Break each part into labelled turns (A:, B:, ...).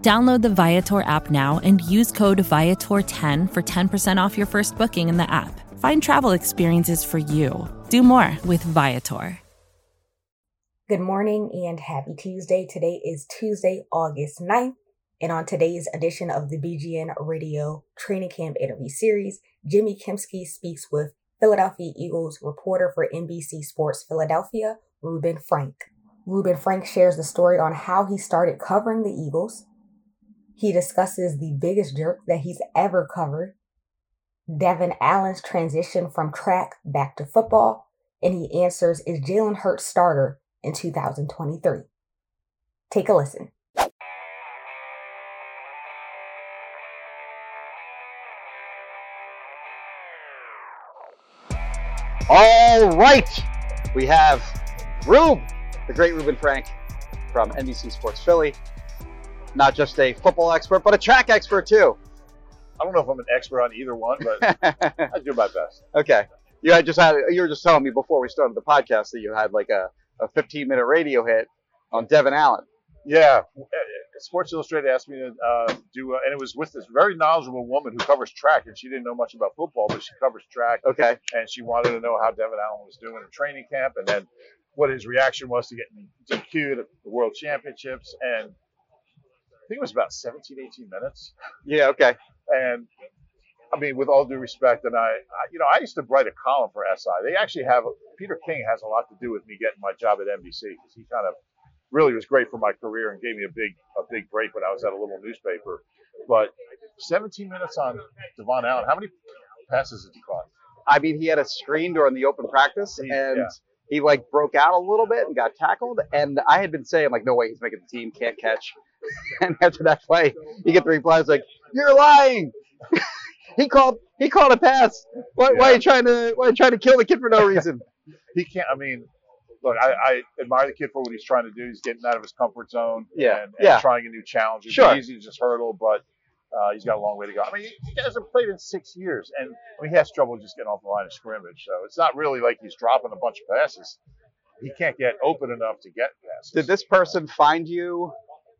A: Download the Viator app now and use code Viator10 for 10% off your first booking in the app. Find travel experiences for you. Do more with Viator.
B: Good morning and happy Tuesday. Today is Tuesday, August 9th. And on today's edition of the BGN Radio Training Camp Interview Series, Jimmy Kemsky speaks with Philadelphia Eagles reporter for NBC Sports Philadelphia, Ruben Frank. Ruben Frank shares the story on how he started covering the Eagles. He discusses the biggest jerk that he's ever covered, Devin Allen's transition from track back to football, and he answers Is Jalen Hurts starter in 2023? Take a listen.
C: All right, we have Rube, the great Ruben Frank from NBC Sports Philly. Not just a football expert, but a track expert too.
D: I don't know if I'm an expert on either one, but I do my best.
C: okay, you had just had you were just telling me before we started the podcast that you had like a, a 15 minute radio hit on Devin Allen.
D: Yeah, uh, Sports Illustrated asked me to uh, do, uh, and it was with this very knowledgeable woman who covers track, and she didn't know much about football, but she covers track,
C: Okay,
D: and she wanted to know how Devin Allen was doing in training camp, and then what his reaction was to getting DQ'd at the World Championships, and I think it was about 17, 18 minutes.
C: yeah, okay,
D: And I mean, with all due respect, and I, I, you know, I used to write a column for SI. They actually have Peter King has a lot to do with me getting my job at NBC because he kind of really was great for my career and gave me a big a big break when I was at a little newspaper. But 17 minutes on Devon Allen. How many passes did he caught?
C: I mean, he had a screen during the open practice, and
D: He- yeah.
C: he like broke out a little bit and got tackled. And I had been saying like, no way, he's making the team, can't catch. And after that play, you get the replies like, you're lying. he called. He called a pass. Why, why are
D: Yeah.
C: you trying to? Why are you trying to kill the kid for no reason?
D: He can't. I mean, look, I, I admire the kid for what he's trying to do. He's getting out of his comfort zone.
C: Yeah,
D: And, and
C: yeah.
D: Trying a new challenge. It's
C: Sure.
D: easy to just hurdle, but. Uh, he's got a long way to go. I mean, he hasn't played in six years, and I mean, he has trouble just getting off the line of scrimmage. So it's not really like he's dropping a bunch of passes. He can't get open enough to get passes.
C: Did this person find you,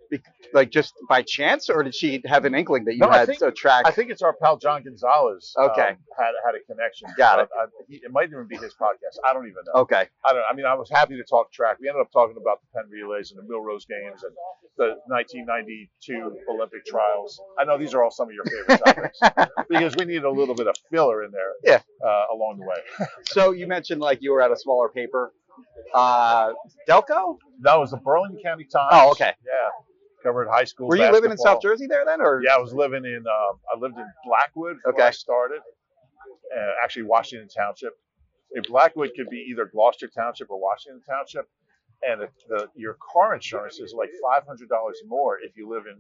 C: bec- like just by chance, or did she have an inkling that you
D: No, I
C: had
D: think-
C: a track?
D: I think it's our pal John Gonzalez.
C: Okay.
D: um, had had a connection.
C: Got it.
D: I, I, he, it might even be his podcast. I don't even know.
C: okay.
D: I don't. I mean, I was happy to talk track. We ended up talking about the Penn relays and the Milrose games and the 1992 Olympic trials. I know these are all some of your favorite topics because we needed a little bit of filler in there.
C: Yeah.
D: Uh, along the way.
C: So you mentioned like you were at a smaller paper, uh, Delco.
D: That was the Burlington County Times.
C: Oh, okay.
D: Yeah. Covered high school.
C: Were you living in
D: basketball.
C: South Jersey there then, or
D: Yeah, I was living in. Um, I lived in Blackwood when
C: Okay.
D: I started. Uh, actually, Washington Township. If Blackwood could be either Gloucester Township or Washington Township, and the, the, your car insurance is like five hundred dollars more if you live in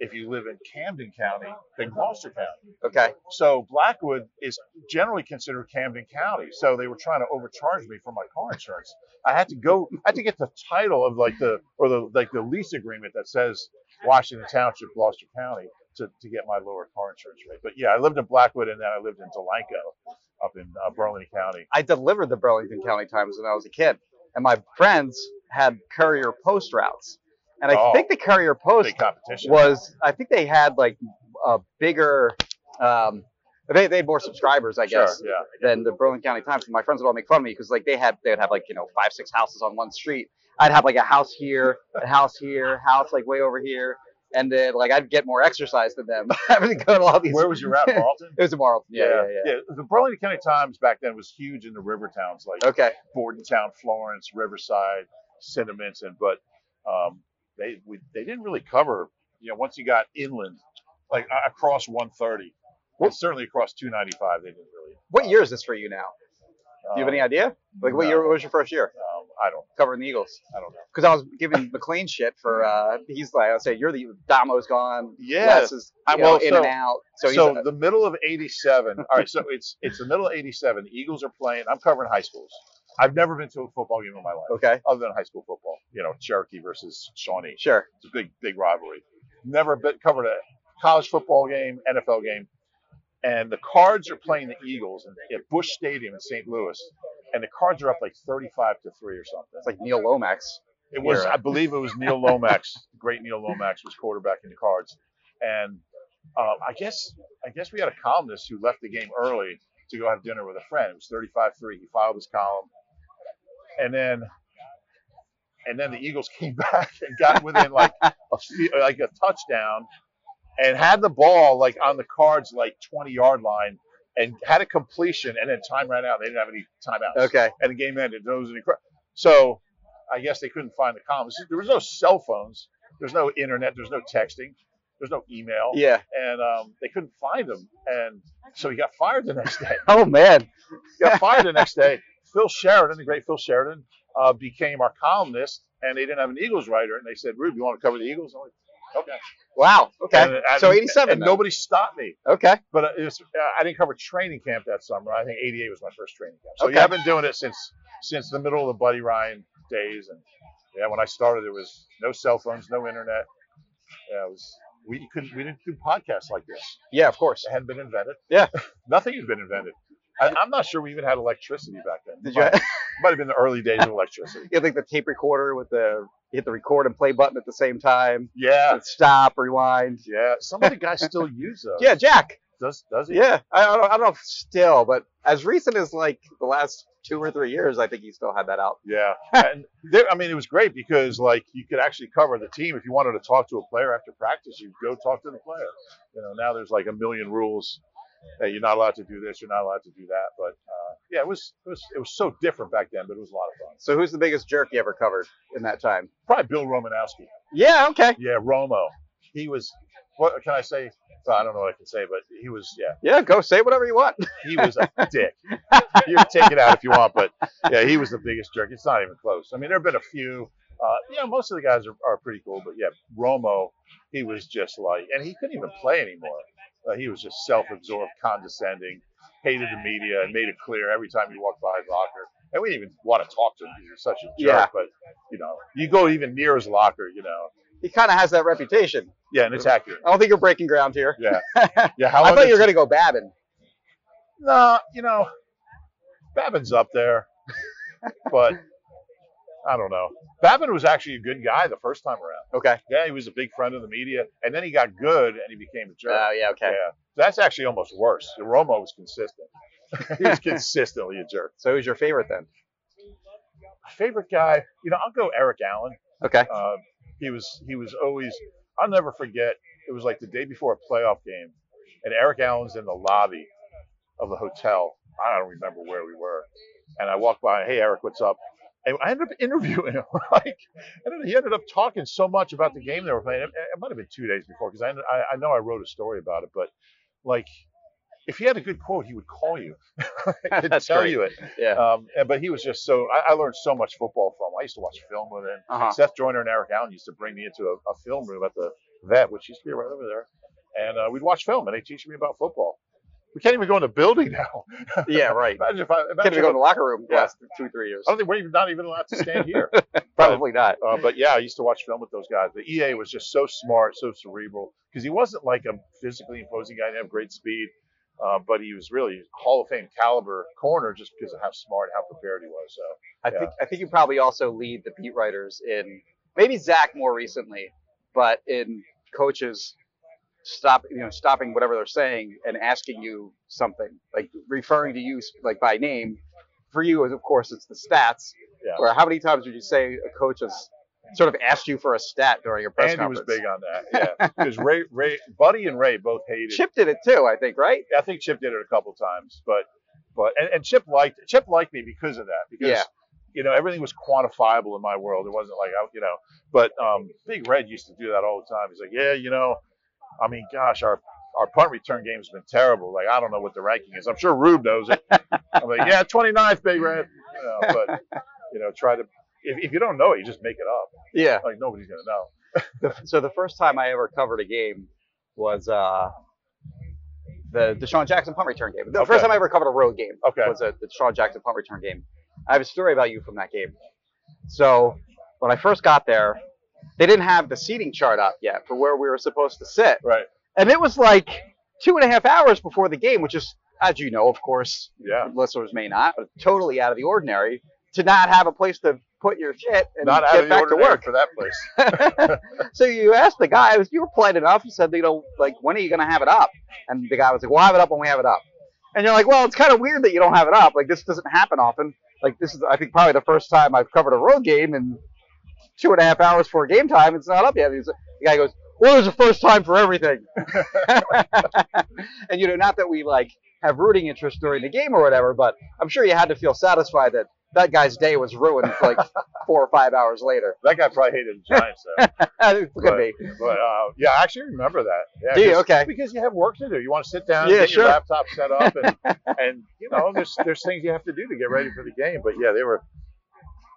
D: if you live in Camden County than Gloucester County.
C: Okay.
D: So Blackwood is generally considered Camden County. So they were trying to overcharge me for my car insurance. I had to go. I had to get the title of like the or the like the lease agreement that says Washington Township, Gloucester County, to, to get my lower car insurance rate. But yeah, I lived in Blackwood and then I lived in Delanco, up in uh, Burlington County.
C: I delivered the Burlington County Times when I was a kid, and my friends had courier post routes, and I
D: Oh.
C: think the courier post
D: Big competition.
C: was I think they had like a bigger, um, they they had more subscribers I
D: Sure.
C: guess
D: Yeah.
C: than the Burlington County Times. And my friends would all make fun of me because like they had they would have like you know five six houses on one street. I'd have like a house here, a house here, house like way over here, and then like I'd get more exercise than them having to go to all these.
D: Where was your route, Marlton?
C: It was a Marlton. Yeah, yeah, yeah.
D: The Burlington County Times back then was huge in the river towns like
C: Okay.
D: Bordentown, Florence, Riverside, Cinnaminson, but um, they we, they didn't really cover. You know, once you got inland, like a- across 130,
C: What-
D: and certainly across 295, they didn't really. um,
C: What year is this for you now? Do you have any idea? Like, what
D: Uh, no.
C: year what was your first year?
D: Um, I don't.
C: covering the Eagles.
D: I don't know.
C: Because I was giving McLean shit for uh, he's like I say you're the Damo's gone.
D: Yeah.
C: Les is,
D: I-
C: you know,
D: well,
C: in
D: so-
C: and out. So
D: So,
C: he's a-
D: the middle of '87. All right, so it's it's the middle of '87. The Eagles are playing. I'm covering high schools. I've never been to a football game in my life,
C: okay,
D: other than high school football. You know, Cherokee versus Shawnee.
C: sure.
D: It's a big big rivalry. Never been, covered a college football game, NFL game, and the Cards are playing the Eagles in- at Bush Stadium in St. Louis, and the Cards are up like 35 to three or something.
C: It's like Neil Lomax.
D: It was,
C: era.
D: I believe, it was Neil Lomax. the great Neil Lomax was quarterbacking the Cards, and uh, I guess I guess we had a columnist who left the game early to go have dinner with a friend. It was 35-3. He filed his column, and then and then the Eagles came back and got within like a fe- like a touchdown, and had the ball like on the Cards like 20 yard line. And had a completion, and then time ran out. They didn't have any timeouts
C: Okay,
D: and the game ended. There was an incre- so I guess they couldn't find the comments. There was no cell phones. There's no internet. There's no texting. There's no email.
C: yeah.
D: And um, they couldn't find him. And so he got fired the next day.
C: Oh man,
D: He got fired the next day. Phil Sheridan, the great Phil Sheridan, uh, became our columnist. And they didn't have an Eagles writer. And they said, Rube, you want to cover the Eagles? I'm like, okay.
C: wow. Okay,
D: And- and-
C: so '87.
D: And nobody stopped me.
C: Okay,
D: But uh, it was, uh, I didn't cover training camp that summer. I think '88 was my first training camp. So
C: Okay.
D: yeah, I've been doing it since since the middle of the Buddy Ryan days. And yeah, when I started, there was no cell phones, no internet. Yeah, it was we couldn't we didn't do podcasts like this.
C: yeah, of course.
D: It hadn't been invented.
C: Yeah.
D: nothing had been invented. I, I'm not sure we even had electricity back then.
C: Did you?
D: Might,
C: Have,
D: might have been the early days of electricity.
C: you had like the tape recorder with the hit the record and play button at the same time.
D: Yeah,
C: And Stop, rewind.
D: yeah. Some of the guys still use those.
C: Yeah, Jack.
D: does does he?
C: Yeah, I, I, don't, I don't know if still, but as recent as like the last two or three years, I think he still had that out.
D: Yeah, and there, I mean, it was great because like you could actually cover the team if you wanted to talk to a player after practice. You go talk to the player. You know, now there's like a million rules that you're not allowed to do this, you're not allowed to do that. But uh, yeah, it was it was it was so different back then, but it was a lot of fun.
C: So who's the biggest jerk you ever covered in that time?
D: Probably Bill Romanowski.
C: Yeah, okay.
D: Yeah, Romo. He was. What can I say? Well, I don't know what I can say, but he was. Yeah,
C: Yeah, go say whatever you want.
D: he was a dick. You can take it out if you want, but yeah, he was the biggest jerk. It's not even close. I mean, there have been a few. Uh, you know, most of the guys are, are pretty cool, but yeah, Romo, he was just like, and he couldn't even play anymore. Uh, he was just self-absorbed, condescending, hated the media, and made it clear every time he walked by his locker. And we didn't even want to talk to him because he was such a jerk.
C: Yeah.
D: But you know, you go even near his locker, you know.
C: He kind of has that reputation.
D: Yeah, and it's accurate.
C: I don't think you're breaking ground here.
D: Yeah, yeah. How
C: I
D: long
C: thought you
D: did-
C: were going to go Babin.
D: No, you know, Babin's up there, but I don't know. Babin was actually a good guy the first time around.
C: Okay.
D: Yeah, he was a big friend of the media, and then he got good and he became a
C: Oh,
D: jerk.
C: yeah, okay.
D: Yeah, that's actually almost worse. Romo was consistent. he was consistently a jerk.
C: So who's your favorite then?
D: My favorite guy, you know, I'll go Eric Allen.
C: Okay.
D: Um, he was he was always. I'll never forget. It was like the day before a playoff game, and Eric Allen's in the lobby of the hotel. I don't remember where we were, and I walked by. Hey, Eric, what's up? And I ended up interviewing him. like, I don't know, he ended up talking so much about the game they were playing. It, it might have been two days before because I, ended- I I know I wrote a story about it, but like. If he had a good quote, he would call you. He'd
C: That's
D: tell
C: great.
D: you it.
C: Yeah.
D: Um, and- but he was just so. I, I learned so much football from. him. I used to watch film with him.
C: Uh huh.
D: Seth Joyner and Eric Allen used to bring me into a, a film room at the vet, which used to be right over there. And uh, we'd watch film and they teach me about football. We can't even go in the building now.
C: Yeah, right.
D: Imagine if I,
C: Can't
D: imagine
C: even
D: if
C: go
D: I,
C: in the locker room the
D: Yeah.
C: last two, three years.
D: I don't think we're even, not even allowed to stand here.
C: Probably not.
D: Uh, but yeah, I used to watch film with those guys. The EA was just so smart, so cerebral, because he wasn't like a physically imposing guy. He didn't have great speed, uh, but he was really Hall of Fame caliber corner just because of how smart, how prepared he was. So
C: I think I think you probably also lead the beat writers in maybe Zach more recently, but in coaches stop you know stopping whatever they're saying and asking you something like referring to you like by name. For you, of course, it's the stats.
D: Yeah.
C: Or how many times would you say a coach has sort of asked you for a stat during a press
D: Andy was
C: conference?
D: big on that. Yeah, because Ray, Ray, Buddy, and Ray both hated.
C: Chip did it too, I think, right?
D: I think Chip did it a couple times, but but and, and Chip liked Chip liked me because of that because
C: Yeah.
D: you know everything was quantifiable in my world. It wasn't like I, you know, but um, Big Red used to do that all the time. He's like, yeah, you know, I mean, gosh, our our punt return game has been terrible. Like I don't know what the ranking is. I'm sure Rube knows it. I'm like, yeah, 29th, Big Red. You know, but you know, try to if, if you don't know it, you just make it up.
C: Yeah.
D: Like nobody's gonna know.
C: The, so the first time I ever covered a game was uh, the Deshaun Jackson punt return game. The
D: Okay.
C: first time I ever covered a road game
D: Okay.
C: was a, the Deshaun Jackson punt return game. I have a story about you from that game. So when I first got there, they didn't have the seating chart up yet for where we were supposed to sit.
D: Right.
C: And it was like two and a half hours before the game, which is, as you know, of course,
D: Yeah.
C: listeners may not, but totally out of the ordinary to not have a place to put your shit and
D: Not out
C: get
D: of the
C: back to
D: ordinary
C: work.
D: for that place.
C: so you asked the guy, I was, you were polite enough, you said, you know, like, when are you going to have it up? And the guy was like, we'll have it up when we have it up. And you're like, well, it's kind of weird that you don't have it up. Like, this doesn't happen often. Like, this is, I think, probably the first time I've covered a road game in two and a half hours before game time. It's not up yet. He's, the guy goes, well, there's a first time for everything. and, you know, not that we, like, have rooting interest during the game or whatever, but I'm sure you had to feel satisfied that that guy's day was ruined, like, four or five hours later.
D: That guy probably hated the Giants though.
C: it could
D: Right.
C: be.
D: But uh, yeah, I actually remember that. Yeah,
C: Do you?
D: 'cause-
C: Okay.
D: Because you have work to do. You want to sit down,
C: Yeah,
D: get
C: sure.
D: your laptop set up, and, and you know, there's there's things you have to do to get ready for the game. But yeah, they were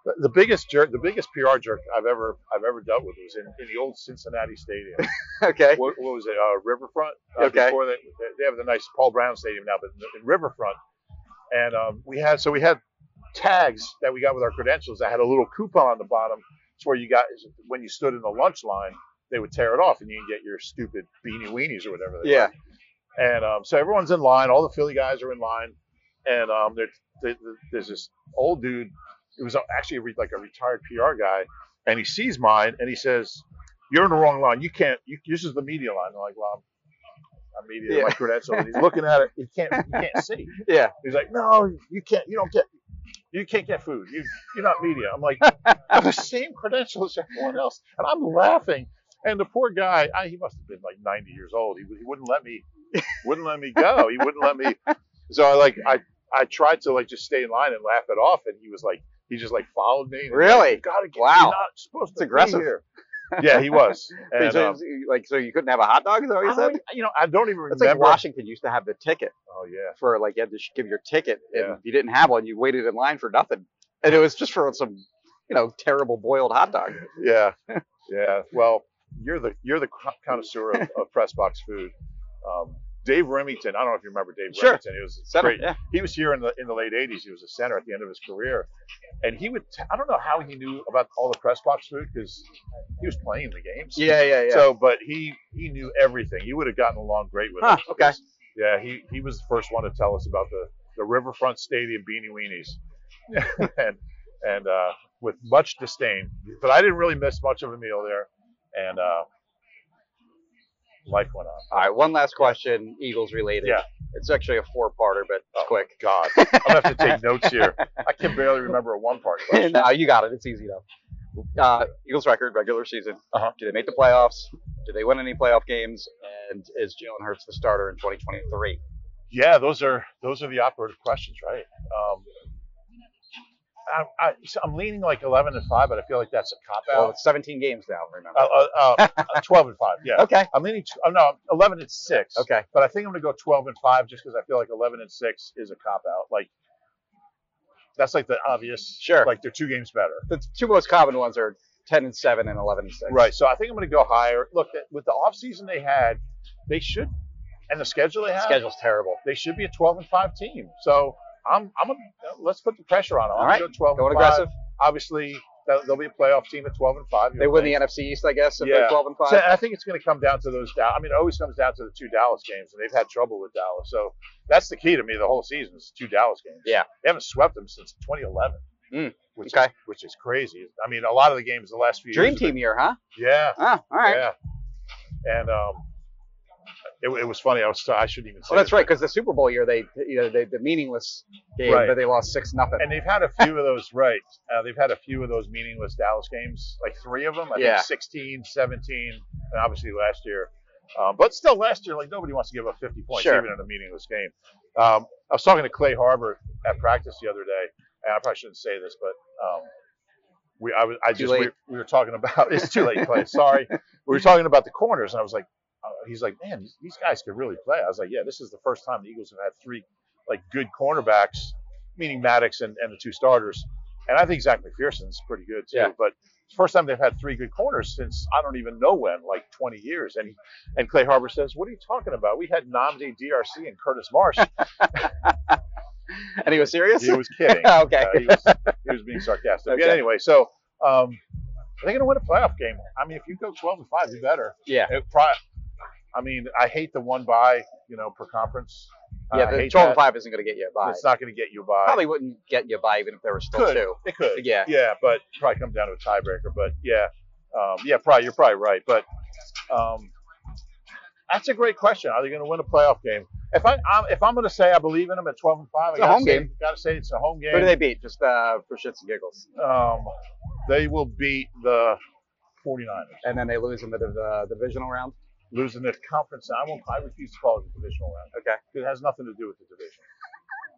D: the- the biggest jerk, the biggest PR jerk I've ever I've ever dealt with was in, in the old Cincinnati Stadium.
C: Okay.
D: what, what was it? Uh, Riverfront. Uh,
C: Okay.
D: Before they, they have the nice Paul Brown Stadium now, but in Riverfront, and um, we had so we had tags that we got with our credentials that had a little coupon on the bottom. It's where you got when you stood in the lunch line, they would tear it off, and you can get your stupid beanie weenies or whatever. They
C: Yeah.
D: were. And um, so everyone's in line. All the Philly guys are in line, and um, there- there- there's this old dude. It was actually a re- like a retired PR guy, and he sees mine, and he says, you're in the wrong line. You can't. You, this is the media line. I'm like, well, I'm, I'm media.
C: Yeah.
D: My credential. And he's looking at it. He can't. He can't see.
C: Yeah.
D: He's like, no, you can't. You don't get. You can't get food. You, you're not media. I'm like, I have the same credentials as everyone else, and I'm laughing. And the poor guy, I, he must have been like 90 years old. He, w- he wouldn't let me. Wouldn't let me go. He wouldn't let me. So I like I I tried to like just stay in line and laugh it off, and he was like he just like followed me. and he was like,
C: Really?
D: you gotta get.
C: Wow.
D: You're not supposed
C: It's
D: to be
C: aggressive.
D: here." Yeah, he was. And,
C: so,
D: um,
C: like, so you couldn't have a hot dog? Is that what
D: I
C: you said?
D: don't, you know, I don't even
C: That's like
D: remember.
C: Washington used to have the ticket
D: oh yeah,
C: for like you had to sh- give your ticket, and
D: Yeah.
C: if you didn't have one, you waited in line for nothing, and it was just for some, you know, terrible boiled hot dog.
D: yeah, yeah. Well, you're the you're the con- connoisseur of, of press box food. Um, Dave Remington, I don't know if you remember Dave
C: Sure.
D: Remington. He was
C: Center,
D: great.
C: yeah.
D: He was here in the in the late '80s. He was a center at the end of his career, and he would. T- I don't know how he knew about all the press box food because he was playing the games.
C: Yeah, yeah, yeah.
D: So, but he he knew everything. He would have gotten along great with
C: Huh,
D: us.
C: okay.
D: because, Yeah, he he was the first one to tell us about the the Riverfront Stadium beanie weenies, and and uh, with much disdain. But I didn't really miss much of a meal there, and uh, life went on.
C: All right, one last question, Eagles related.
D: Yeah.
C: It's actually a four-parter, but it's
D: Oh,
C: quick.
D: God, I'm gonna have to take notes here. I can barely remember a one part question.
C: no, you got it. It's easy enough. Uh, Eagles record regular season.
D: Uh-huh.
C: Do they make the playoffs? Do they win any playoff games? And is Jalen Hurts the starter in 2023?
D: Yeah, those are those are the operative questions, right? Um, I, I, so I'm leaning like 11 and five, but I feel like that's a cop out.
C: Well, it's 17 games now. Remember?
D: Uh, uh, uh, 12 and 5. Yeah.
C: okay.
D: I'm leaning, t- oh, no, 11 and 6.
C: Okay.
D: But I think I'm going to go 12 and 5 just because I feel like 11 and 6 is a cop out. Like, that's like the obvious.
C: Sure.
D: Like, they're two games better.
C: The two most common ones are 10 and 7 and 11 and 6.
D: Right. So I think I'm going to go higher. Look, that- with the offseason they had, they should, and the schedule they have,
C: Schedule's terrible.
D: they should be a 12 and 5 team. So I'm, I'm going to, let's put the pressure on them.
C: All
D: I'm
C: right.
D: going to go 12
C: Going
D: and 5.
C: aggressive.
D: Obviously, they'll they'll be a playoff team at 12 and 5.
C: They win the NFC East, I guess, if they're
D: Yeah.
C: 12 and 5.
D: So I think it's going to come down to those. Dow- I mean, it always comes down to the two Dallas games, and they've had trouble with Dallas. So that's the key to me the whole season is two Dallas games.
C: Yeah.
D: They haven't swept them since 2011,
C: Mm,
D: which,
C: okay.
D: is, which is crazy. I mean, a lot of the games the last few
C: Dream
D: years. have
C: team year, huh?
D: been- yeah.
C: Ah, all right.
D: Yeah. And um, it, it was funny. I was I shouldn't even say
C: Well, Oh, that's
D: this.
C: right, because the Super Bowl year, they, you know, they, the meaningless game,
D: Right.
C: but they lost 6 nothing.
D: And they've had a few of those, right? Uh, they've had a few of those meaningless Dallas games, like three of them, I
C: Yeah.
D: think 16, 17, and obviously last year. Um, but still, last year, like nobody wants to give up 50 points
C: Sure.
D: even in a meaningless game. Um, I was talking to Clay Harbor at practice the other day, and I probably shouldn't say this, but um, we I, was, I
C: Too
D: just we,
C: late.
D: we were talking about it's too late, Clay. Sorry, we were talking about the corners, and I was like, uh, he's like, man, these- these guys could really play. I was like, yeah, this is the first time the Eagles have had three like good cornerbacks, meaning Maddox and, and the two starters And I think Zach McPherson's pretty good too.
C: Yeah.
D: But it's the first time they've had three good corners since I don't even know when, like 20 years. And and Clay Harbor says, "What are you talking about? We had Namdi DRC and Curtis Marsh."
C: And he was serious. Oh,
D: he was
C: okay.
D: kidding. Uh, he, was, he was being sarcastic.
C: Okay.
D: But anyway, so um, are they going to win a playoff game? I mean, if you go 12 to five, you better.
C: yeah.
D: It pri- I mean, I hate the one by you know per conference. I
C: Yeah. The
D: hate
C: 12
D: that.
C: and five isn't going to get you by.
D: It's not going to get you by.
C: Probably wouldn't get you by even if there were still
D: Could.
C: two.
D: It could.
C: Yeah.
D: Yeah, but probably come down to a tiebreaker. But yeah, um, yeah, probably you're probably right. But um, that's a great question. Are they going to win a playoff game? If I I'm, if I'm going to say I believe in them at 12 and five,
C: It's
D: I
C: a
D: gotta
C: home
D: say,
C: game.
D: Got to say it's a home game.
C: Who do they beat? Just uh, for shits and giggles.
D: um, they will beat the 49ers,
C: And then they lose in the, the, divisional round.
D: losing the conference. I won't. I refuse to call it the divisional round.
C: Okay.
D: 'cause It has nothing to do with the division.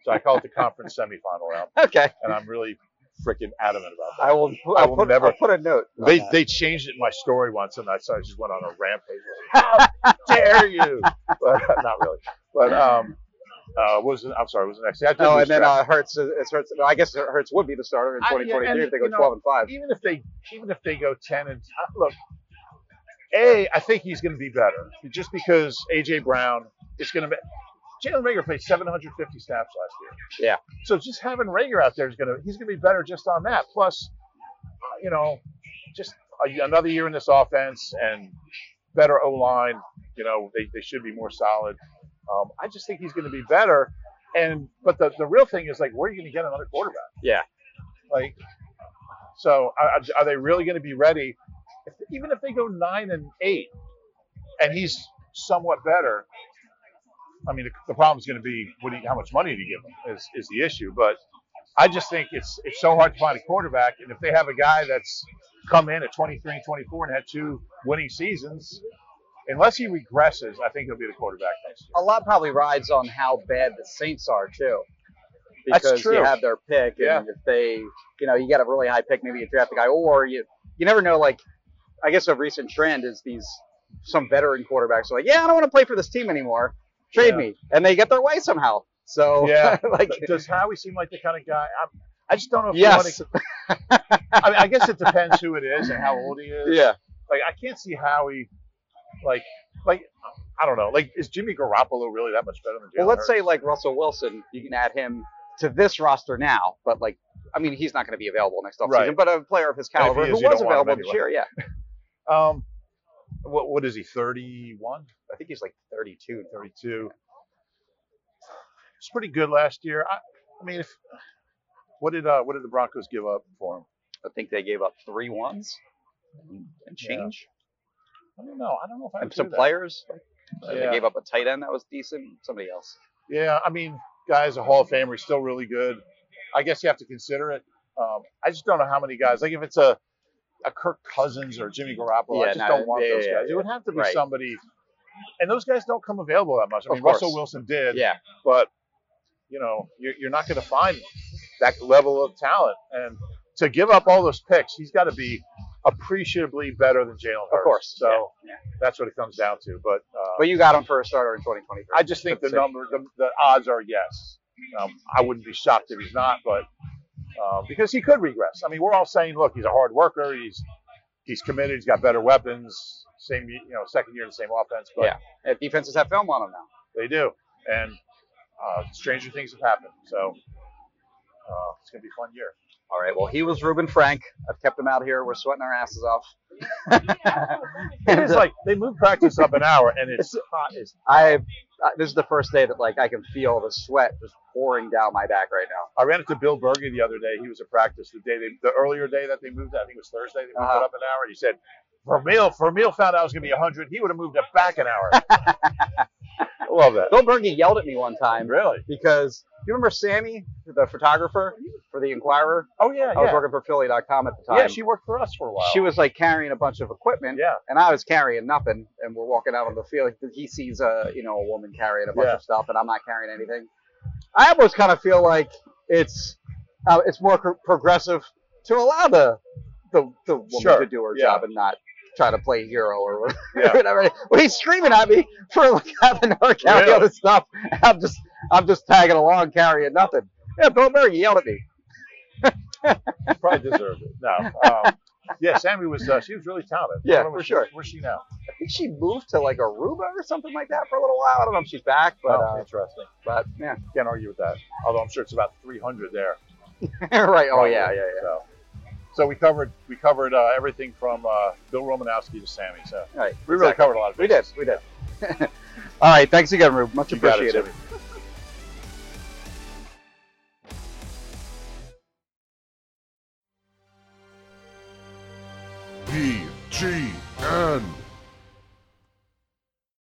D: So I call it the conference semifinal round,
C: Okay.
D: and I'm really freaking adamant about that.
C: I will.
D: I
C: I'll
D: will
C: put,
D: never-
C: I'll put a note. Uh, on
D: They
C: that.
D: they changed it in my story once, and I so I just went on a rampage. Like, How dare you? But, uh, not really. But um, uh, what was it? I'm sorry. What was the next? thing? I did
C: Oh,
D: lose
C: and then
D: track.
C: uh, Hertz. It's Hertz. well, I guess Hertz would be the starter in
D: I- yeah,
C: 2023
D: and,
C: if they go
D: you know,
C: 12 and five.
D: even if they even if they go 10 and uh, look, a I think he's going to be better just because AJ Brown is going to. Jalen Rager played 750 snaps last year.
C: Yeah.
D: So just having Rager out there is going to he's going to be better just on that. Plus, uh, you know, just a, another year in this offense and better O line. You know, they, they should be more solid. Um, I just think he's going to be better. And but the, the real thing is like, where are you going to get another quarterback?
C: Yeah.
D: Like, so are, are they really going to be ready? If, even if they go nine and eight, and he's somewhat better. I mean, the, the problem is going to be what do you, how much money do you give him is, is the issue. But I just think it's it's so hard to find a quarterback, and if they have a guy that's come in at 23 and 24 and had two winning seasons, unless he regresses, I think he'll be the quarterback next year.
C: A lot probably rides on how bad the Saints are too.
D: That's
C: Because you
D: true.
C: have their pick, and
D: Yeah.
C: if they, you know, you get a really high pick, maybe you draft a guy, or you, you never know. Like, I guess a recent trend is these some veteran quarterbacks are like, yeah, I don't want to play for this team anymore. Trade
D: Yeah.
C: me, and they get their way somehow. So
D: Yeah.
C: like,
D: Does Howie seem like the kind of guy? I'm, I just don't know if you want
C: yes,
D: to. I mean, I guess it depends who it is and how old he is.
C: yeah.
D: Like I can't see Howie, like, like I don't know. Like is Jimmy Garoppolo really that much better than?
C: Well,
D: Jalen
C: let's
D: Hurts?
C: say like Russell Wilson, you can add him to this roster now, but like, I mean, he's not going to be available next offseason,
D: Right.
C: but a player of his
D: And if he
C: caliber
D: is,
C: who
D: you
C: was
D: don't want him
C: available
D: anyway.
C: this year, yeah.
D: Um, what what is he? Thirty one,
C: I think he's like 32, 30.
D: thirty two. It's pretty good last year. I, I mean, if what did uh what did the Broncos give up for him?
C: I think they gave up three ones and
D: Yeah.
C: change.
D: I don't know. I don't know if I
C: And
D: do
C: some
D: that.
C: players, like, uh,
D: Yeah.
C: they gave up a tight end that was decent, somebody else.
D: Yeah, I mean, guys, a Hall of Famer, he's still really good. I guess you have to consider it. Um, I just don't know how many guys. Like if it's a a Kirk Cousins or Jimmy Garoppolo,
C: Yeah,
D: I just
C: no,
D: don't want
C: yeah,
D: those
C: yeah,
D: guys.
C: yeah.
D: It would have to be
C: Right.
D: somebody, and those guys don't come available that much. I
C: Of
D: mean, Russell
C: course.
D: Wilson did,
C: Yeah.
D: but you know, you're, you're not going to find that level of talent. And to give up all those picks, he's got to be appreciably better than Jalen Hurts.
C: Of course.
D: So
C: yeah.
D: that's what it comes down to. But uh,
C: But you got him for a starter in 2023.
D: I just think the
C: Sure.
D: number, the, the odds are yes. Um, I wouldn't be shocked if he's not, but uh, because he could regress. I mean, we're all saying, look, he's a hard worker. He's he's committed. He's got better weapons. Same, you know, second year in the same offense, but
C: Yeah. Uh, defenses have film on him now.
D: they do. And uh, stranger things have happened. So uh, it's gonna be a fun year.
C: All right. Well, he was Ruben Frank. I've kept him out here. We're sweating our asses off. uh,
D: And it's like they moved practice up an hour, and it's hot as
C: I uh, this is the first day that like I can feel the sweat just pouring down my back right now.
D: I ran into Bill Berger the other day. He was at practice the day they, the earlier day that they moved. I think it was Thursday. They moved
C: Uh-huh.
D: it up an hour. He said, "Vermeil, Vermeil found out it was going to be 100. He would have moved it back an hour." I love that.
C: Bill Berge yelled at me one time
D: Really?
C: because you remember Sammy, the photographer for the Inquirer.
D: Oh yeah,
C: I was
D: yeah.
C: working for Philly.com at the time.
D: Yeah, she worked for us for a while.
C: She was like carrying a bunch of equipment,
D: Yeah,
C: and I was carrying nothing. And we're walking out on the field. He sees a you know a woman carrying a bunch
D: Yeah.
C: of stuff, and I'm not carrying anything. I almost kind of feel like it's uh, it's more cr- progressive to allow the the, the woman
D: Sure,
C: to do her
D: yeah.
C: job and not try to play hero or whatever.
D: Yeah.
C: whatever. Well, he's screaming at me for like having her carry
D: Really?
C: all this stuff. I'm just I'm just tagging along carrying nothing. Yeah, Bill Murray yelled at me.
D: She probably deserved it. No. Um, yeah, Sammy was. Uh, she was really talented.
C: Yeah,
D: I don't know
C: for
D: where she-
C: sure.
D: Where's she now?
C: I think she moved to like Aruba or something like that for a little while. I don't know if she's back, but
D: oh,
C: uh,
D: interesting.
C: but yeah,
D: Can't argue with that. Although I'm sure it's about 300 there.
C: right. Oh yeah, yeah, yeah.
D: So, so we covered we covered uh, everything from uh, Bill Romanowski to Sammy. So
C: All right,
D: we really covered a lot of
C: We did.
D: bases.
C: We did. All right. Thanks again, Rube. Much
D: You got it,
C: appreciated.
D: Sammy.
E: BGN.